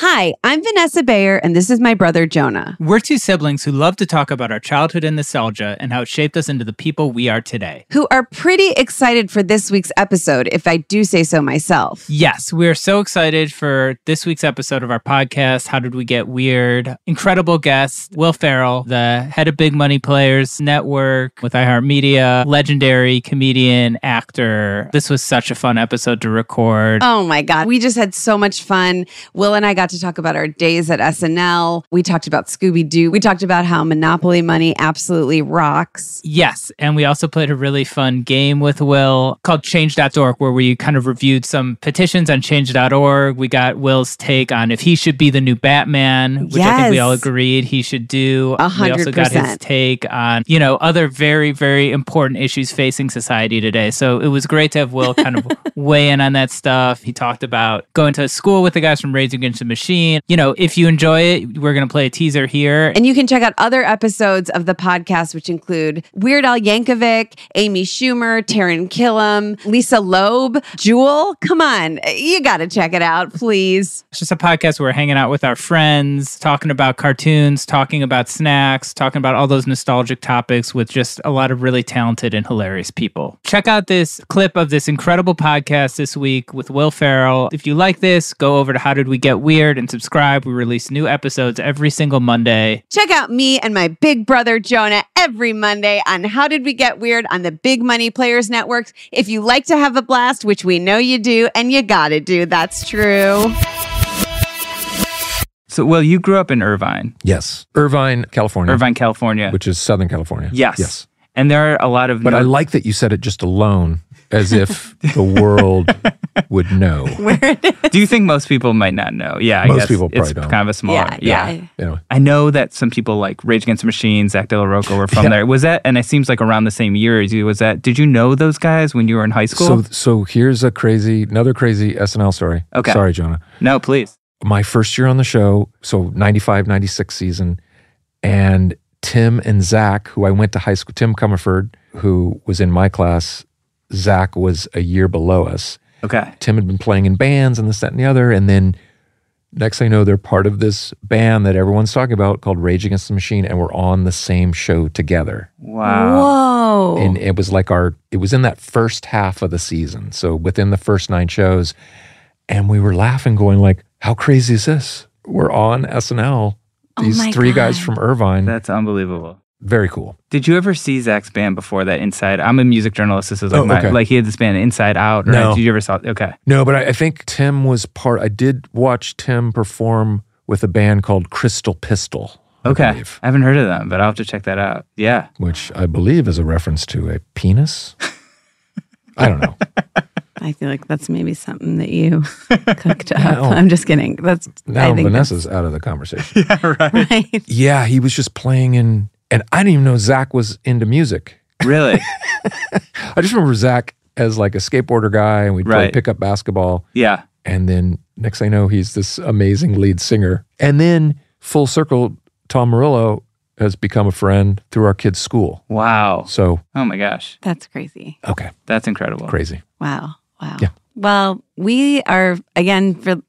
Hi, I'm Vanessa Bayer, and this is my brother Jonah. We're two siblings who love to talk about our childhood and nostalgia and how it shaped us into the people we are today. Who are pretty excited for this week's episode, if I do say so myself. Yes, we are so excited for this week's episode of our podcast, How Did We Get Weird? Incredible guest, Will Farrell, the head of Big Money Players Network with iHeartMedia, legendary comedian, actor. This was such a fun episode to record. Oh my God, we just had so much fun. Will and I got to talk about our days at SNL. We talked about Scooby Doo. We talked about how Monopoly money absolutely rocks. Yes. And we also played a really fun game with Will called change.org, where we kind of reviewed some petitions on change.org. We got Will's take on if he should be the new Batman, which I Yes. think we all agreed he should do. A We hundred also got his percent. take on, you know, other very, very important issues facing society today. So it was great to have Will kind of weigh in on that stuff. He talked about going to school with the guys from Rage Against the Machine. You know, if you enjoy it, we're going to play a teaser here. And you can check out other episodes of the podcast, which include Weird Al Yankovic, Amy Schumer, Taryn Killam, Lisa Loeb, Jewel. Come on, you got to check it out, please. It's just a podcast where we're hanging out with our friends, talking about cartoons, talking about snacks, talking about all those nostalgic topics with just a lot of really talented and hilarious people. Check out this clip of this incredible podcast this week with Will Farrell. If you like this, go over to How Did We Get Weird and subscribe. We release new episodes every single Monday. Check out me and my big brother Jonah every Monday on How Did We Get Weird on the Big Money Players Network. If you like to have a blast, which we know you do, and you got to do, that's true. So, Will, you grew up in Irvine, Yes. Irvine, California. Irvine, California. Which is Southern California. yes. Yes. And there are a lot of. But I like that you said it just alone, as if the world would know. Do you think most people might not know? Yeah, I Most guess people it's probably don't. kind of a small. Anyway. I know that some people like Rage Against the Machine, Zach De La Rocca were from there. Was that, and it seems like around the same year as you, was that, did you know those guys when you were in high So school? so here's a crazy another crazy SNL story. Okay. Sorry, Jonah. no, please. My first year on the show, so 95, 96 season, and Tim and Zach, who I went to high school, Tim Comerford, who was in my class, Zach was a year below us. Okay. Tim had been playing in bands and this, that, and the other. And then next thing I know, they're part of this band that everyone's talking about called Rage Against the Machine, and we're on the same show together. Wow. Whoa. And it was like our, it was in that first half of the season. So within the first nine shows, and we were laughing, going like, how crazy is this? We're on SNL. These Oh my three guys from Irvine. That's unbelievable. Very cool. Did you ever see Zach's band before that, Inside? I'm a music journalist. This is like Oh, my, okay. like he had this band Inside Out. Or No. Did you ever saw, okay. No, but I, I think Tim was part, I did watch Tim perform with a band called Crystal Pistol. I Okay. believe. I haven't heard of them, but I'll have to check that out. Yeah. which I believe is a reference to a penis. I don't know. I feel like that's maybe something that you cooked up. No. I'm just kidding. That's Now I think Vanessa's out of the conversation. Yeah, right. that's right. yeah, he was just playing in, and I didn't even know Zach was into music. Really? I just remember Zach as like a skateboarder guy, and we'd play Right. pickup basketball. Yeah. And then Next thing I know, he's this amazing lead singer. And then, full circle, Tom Morello has become a friend through our kids' school. Wow. So, Oh my gosh. That's crazy. okay, That's incredible. crazy. Wow. Wow. Oh. Yeah. Well, we are again for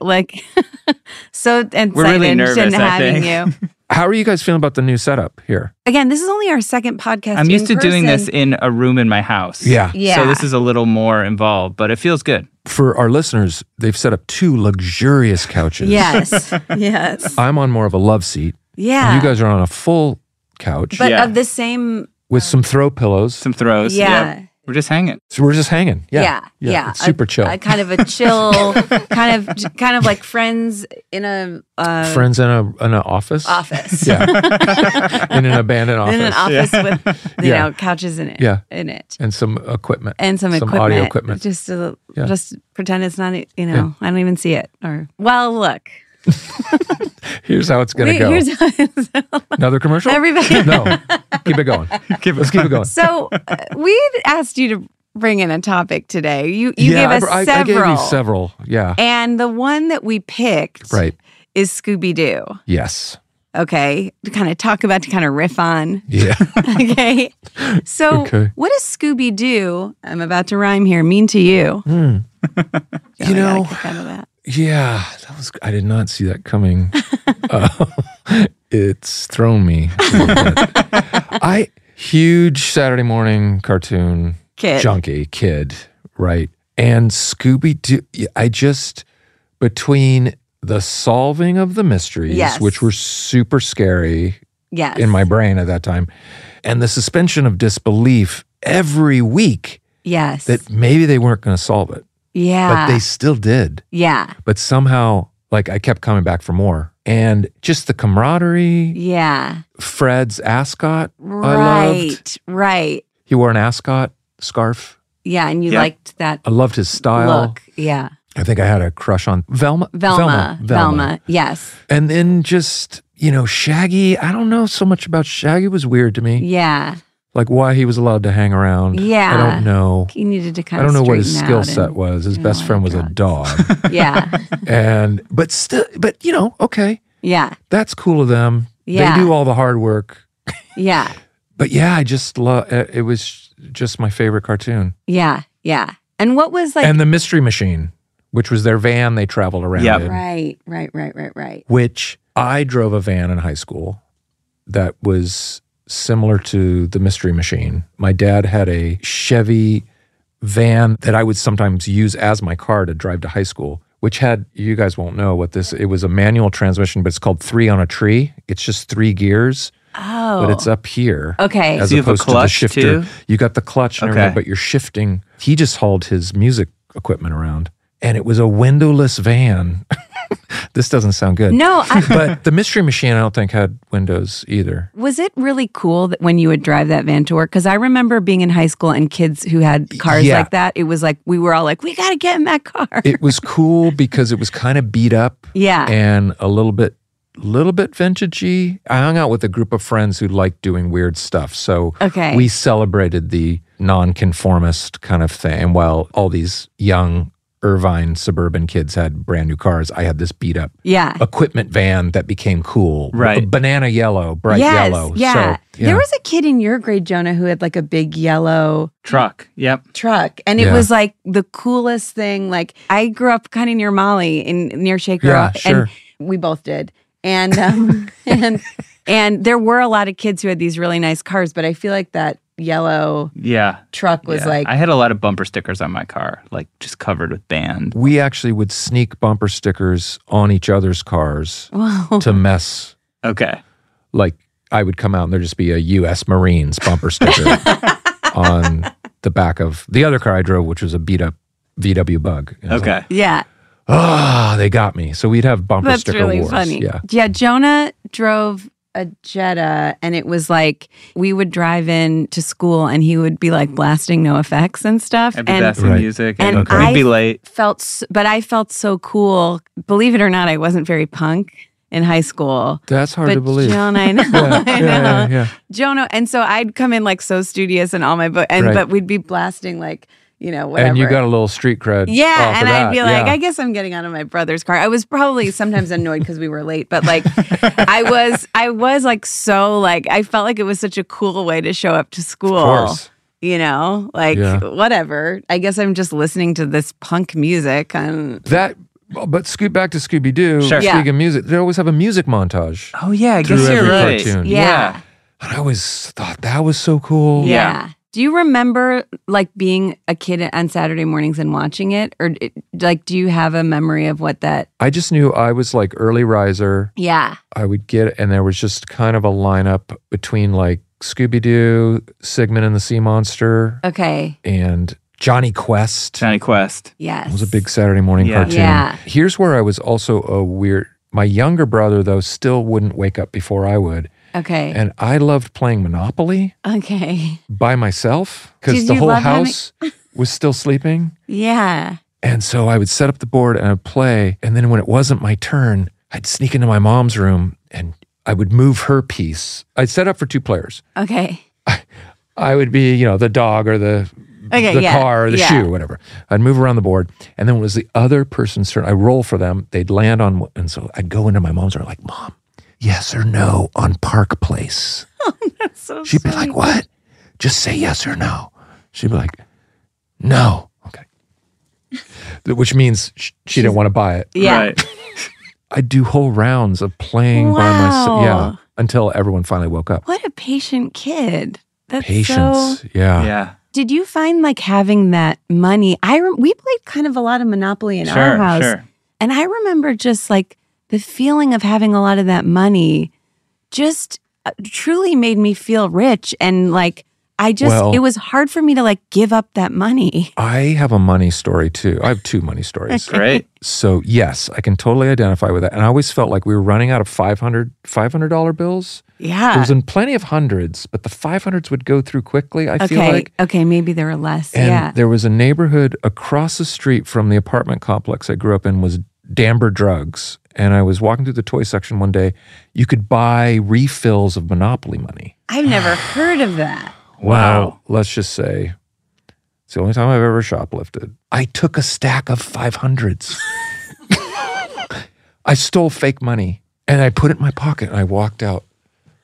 like so excited We're really in nervous, I having think. you. How are you guys feeling about the new setup here? Again, this is only our second podcast. I'm used to in doing this person. in a room in my house. Yeah. Yeah. So this is a little more involved, but it feels good. For our listeners, they've set up two luxurious couches. Yes. yes. I'm on more of a love seat. Yeah. You guys are on a full couch but Yeah. of the same with some throw pillows. Some throws. Yeah. We're just hanging. so we're just hanging. Yeah. yeah, yeah, it's super a, chill. a kind of a chill, kind of, kind of like friends in a uh, Friends in a in an office. office, Yeah. in an abandoned office. in an office with you Yeah. know couches in it, Yeah. in it, and some equipment. and some, Some equipment, audio equipment. just to, Yeah. just pretend it's not, e, you know, I don't even see it. Or well, look, Here's how it's going to We- go. here's how it's- Another commercial? everybody. no. Keep it going. Let's keep it going. So uh, we asked you to bring in a topic today. You you yeah, gave us I, I- I several, gave you several. Yeah. and the one that we picked Right. is Scooby Doo. Yes. okay, to kind of talk about, to kind of riff on. Yeah. Okay. So, Okay. what does Scooby Doo, I'm about to rhyme here, mean to you? Hmm. Yeah, You I got a know, kick out of that. Yeah, that was. I did not see that coming. uh, it's thrown me. a little bit. I huge Saturday morning cartoon Kid. junkie kid, right? And Scooby Doo. I just between the solving of the mysteries, Yes. which were super scary Yes. in my brain at that time, and the suspension of disbelief every week yes. that maybe they weren't going to solve it, yeah. but they still did yeah. but somehow like I kept coming back for more. And just the camaraderie, Yeah. Fred's ascot, I loved. Right. Right. He wore an ascot scarf. Yeah. And you Yeah. liked that I loved his style. look. Yeah. I think I had a crush on Velma. Velma. Velma. Yes. And then just, you know, Shaggy. I don't know so much about Shaggy It was weird to me. Yeah. Like why he was allowed to hang around. Yeah. I don't know. You needed to kind I don't of know what his straighten skill out set and- was. His you know, best like friend was a drugs. dog. Yeah. and but still but you know, okay. Yeah. That's cool of them. Yeah. They do all the hard work. Yeah. but yeah, I just love. It was just my favorite cartoon, Yeah. Yeah. And what was like and the Mystery Machine, which was their van they traveled around Yep. in, Right, right, right, right, right. which I drove a van in high school that was similar to the Mystery Machine. My dad had a Chevy van that I would sometimes use as my car to drive to high school. Which had you guys won't know what this. It was a manual transmission, but it's called three on a tree. It's just three gears, Oh. but it's up here. okay. as So you have a opposed clutch, to the shifter. too? You got the clutch and Okay. everything, but you're shifting. He just hauled his music equipment around, and it was a windowless van. this doesn't sound good. No, I, But the mystery machine, I don't think had windows either. was it really cool that when you would drive that van to work? Because I remember being in high school and kids who had cars Yeah. like that. It was like we were all like, we got to get in that car. It was cool because it was kind of beat up yeah, and a little bit, little bit vintagey. I hung out with a group of friends who liked doing weird stuff, so Okay. we celebrated the nonconformist kind of thing. And while all these young Irvine suburban kids had brand new cars, I had this beat up yeah. equipment van that became cool. Right. Banana yellow, bright yes, yellow. yeah. So, yeah. There was a kid in your grade, Jonah, who had like a big yellow Truck. Yep. truck, and it Yeah. was like the coolest thing. Like I grew up kind of near Molly in near Shaker, Yeah, and sure. we both did, and um, and and there were a lot of kids who had these really nice cars, but I feel like that yellow Yeah. truck was Yeah. like I had a lot of bumper stickers on my car, like just covered with band. we actually would sneak bumper stickers on each other's cars whoa, to mess Okay. like I would come out and there'd just be a U.S. Marines bumper sticker on the back of the other car I drove, which was a beat up VW Bug. And I was like, Okay. yeah, Ah, they got me. So we'd have bumper that's sticker really wars. funny. Yeah. Jonah drove. A Jetta, and it was like we would drive in to school, and he would be like blasting no effects and stuff. I'd be and blasting Right. music. And And I- we'd be late. felt s- but I felt so cool. Believe it or not, I wasn't very punk in high school. That's hard but to believe. Jonah, I know, yeah, yeah, I know. yeah, yeah. Jonah, and so I'd come in like so studious and all my book, and Right. but we'd be blasting like you know, whatever. And you got a little street cred. Yeah, off and of that. I'd be like, yeah. I guess I'm getting out of my brother's car. I was probably sometimes annoyed because we were late, but like, I was, I was like so like I felt like it was such a cool way to show up to school. Of course. You know, like Yeah. whatever. I guess I'm just listening to this punk music. And That, but scoot back to Scooby Doo. Sure. Yeah. Speaking of music, they always have a music montage. Oh yeah, I Through guess you're every right. cartoon. Yeah. And I always thought that was so cool. yeah. Yeah. Do you remember like being a kid on Saturday mornings and watching it, or it- like do you have a memory of what that? I just knew I was like early riser. Yeah. I would get, and there was just kind of a lineup between like Scooby Doo, Sigmund and the Sea Monster, Okay. and Johnny Quest. Johnny Quest. Yes. It was a big Saturday morning Yeah. cartoon. Yeah. Here's where I was also a weird. My younger brother though still wouldn't wake up before I would, Okay. and I loved playing Monopoly Okay. by myself Did because the you whole love having- house was still sleeping. Yeah. And so I would set up the board and I'd play. And then when it wasn't my turn, I'd sneak into my mom's room and I would move her piece. I'd set up for two players. Okay. I would be, you know, the dog or the Okay, the yeah, car or the yeah. shoe, whatever. I'd move around the board. And then when it was the other person's turn, I roll for them. They'd land on and so I'd go into my mom's room like, Mom, yes or no on Park Place. So She'd be like, What? Just say yes or no. She'd be like, No. Okay. Which means sh- she didn't want to buy it. yeah. Right. I do whole rounds of playing by myself. Yeah. Wow. Until everyone finally woke up. What a patient kid. That's Patience. So, yeah. Yeah. did you find like having that money? I rem- we played kind of a lot of Monopoly in our Sure. house, Sure. and I remember just like the feeling of having a lot of that money, just uh, truly made me feel rich and like I just Well- it was hard for me to like give up that money. I have a money story too. I have two money stories. Great. so, yes, I can totally identify with that. And I always felt like we were running out of 500 $500 bills. Yeah. there was in plenty of hundreds, but the 500s would go through quickly, I feel okay. like. okay. Maybe there were less. And yeah. there was a neighborhood across the street from the apartment complex I grew up in was Damber Drugs. And I was walking through the toy section one day. You could buy refills of Monopoly money. I've never heard of that. Wow. Let's just say it's the only time I've ever shoplifted. I took a stack of 500s. I stole fake money and I put it in my pocket and I walked out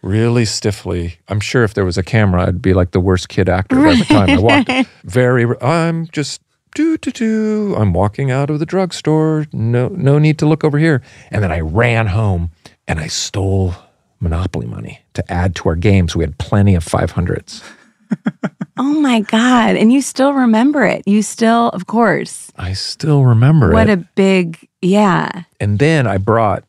really stiffly. I'm sure if there was a camera, I'd be like the worst kid actor of every time I walked. Very, um, I'm just do do do. I'm walking out of the drugstore. No, no need to look over here. And then I ran home and I stole Monopoly money to add to our games. We had plenty of 500s. Oh my God. And you still remember it. You still, of course. I still remember What it. a big, yeah. and then I brought,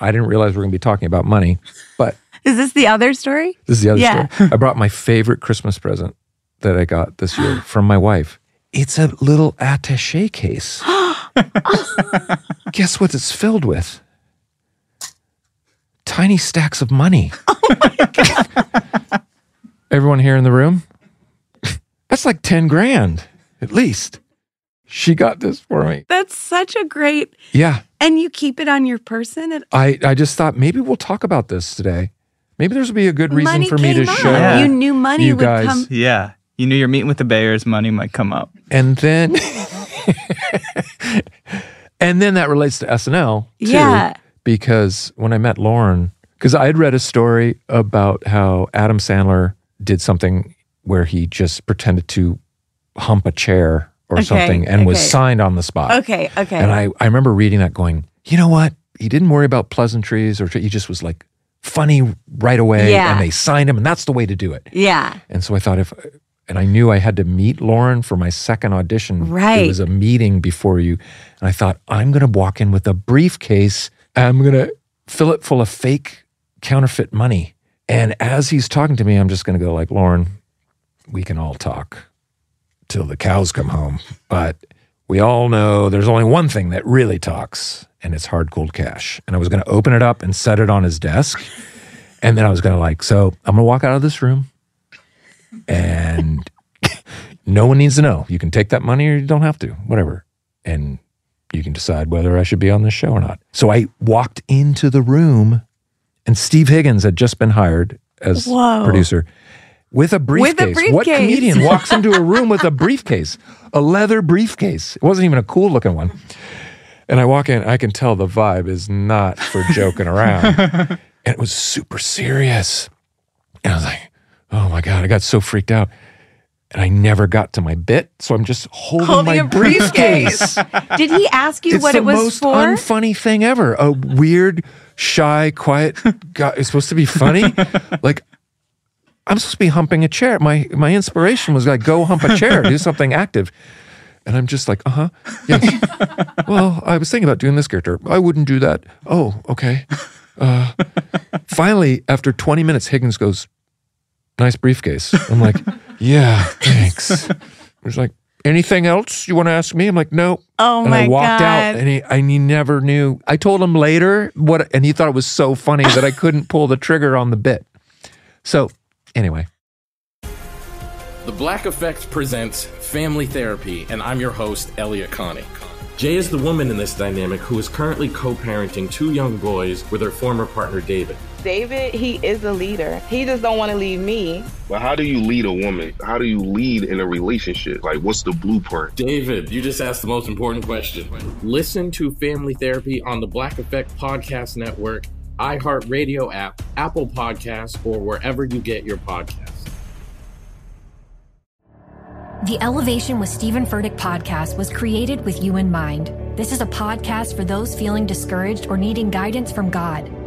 I didn't realize we are going to be talking about money, but Is this the other story? this is the other Yeah. story. I brought my favorite Christmas present that I got this year from my wife. It's a little attache case. Guess what it's filled with? Tiny stacks of money. Everyone here in the room? That's like 10 grand at least. She got this for me. That's such a great, Yeah. and you keep it on your person. At, I, I just thought maybe we'll talk about this today. Maybe there's be a good reason money for me came to up. show. Yeah. You knew money you would guys. come. Yeah. You knew you're meeting with the Bayers. Money might come up. And then and then that relates to SNL too, Yeah. because when I met Lauren, because I had read a story about how Adam Sandler did something where he just pretended to hump a chair or Okay, something and was okay. signed on the spot. Okay. Okay. And I, I remember reading that going, you know what? He didn't worry about pleasantries or tr- he just was like funny right away. Yeah. And they signed him, and that's the way to do it. yeah. And so I thought if, and I knew I had to meet Lauren for my second audition. Right. It was a meeting before you. And I thought, I'm going to walk in with a briefcase. I'm going to fill it full of fake counterfeit money. And as he's talking to me, I'm just going to go like, Lauren, we can all talk till the cows come home. But we all know there's only one thing that really talks, and it's hard cold cash. And I was going to open it up and set it on his desk. And then I was going to like, so I'm going to walk out of this room and no one needs to know. You can take that money or you don't have to, whatever. And you can decide whether I should be on this show or not. So I walked into the room, and Steve Higgins had just been hired as Whoa. producer. With a briefcase. What briefcase. comedian walks into a room with a briefcase? A leather briefcase. It wasn't even a cool looking one. And I walk in, I can tell the vibe is not for joking around. and it was super serious. And I was like, oh my God, I got so freaked out. And I never got to my bit. So I'm just holding, Holding my a briefcase. Did he ask you it's what the it was most for? unfunny thing ever. A weird, shy, quiet guy is supposed to be funny. like I'm supposed to be humping a chair. My my inspiration was like go hump a chair, do something active. And I'm just like, uh huh, yes. well, I was thinking about doing this character. I wouldn't do that. Oh, okay. Uh, finally, after 20 minutes, Higgins goes, "Nice briefcase." I'm like, "Yeah, thanks." He's like, "Anything else you want to ask me?" I'm like, "No." oh and my I walked god! out, and he and he never knew. I told him later what, and he thought it was so funny that I couldn't pull the trigger on the bit. So anyway, The Black Effect presents Family Therapy, and I'm your host, Elliot Connie. Jay is the woman in this dynamic who is currently co parenting two young boys with her former partner, David. David, he is a leader. He just don't want to leave me. But how do you lead a woman? How do you lead in a relationship? Like, what's the blueprint? David, you just asked the most important question. Listen to Family Therapy on the Black Effect Podcast Network, iHeartRadio app, Apple Podcasts, or wherever you get your podcasts. The Elevation with Stephen Furtick podcast was created with you in mind. This is a podcast for those feeling discouraged or needing guidance from God.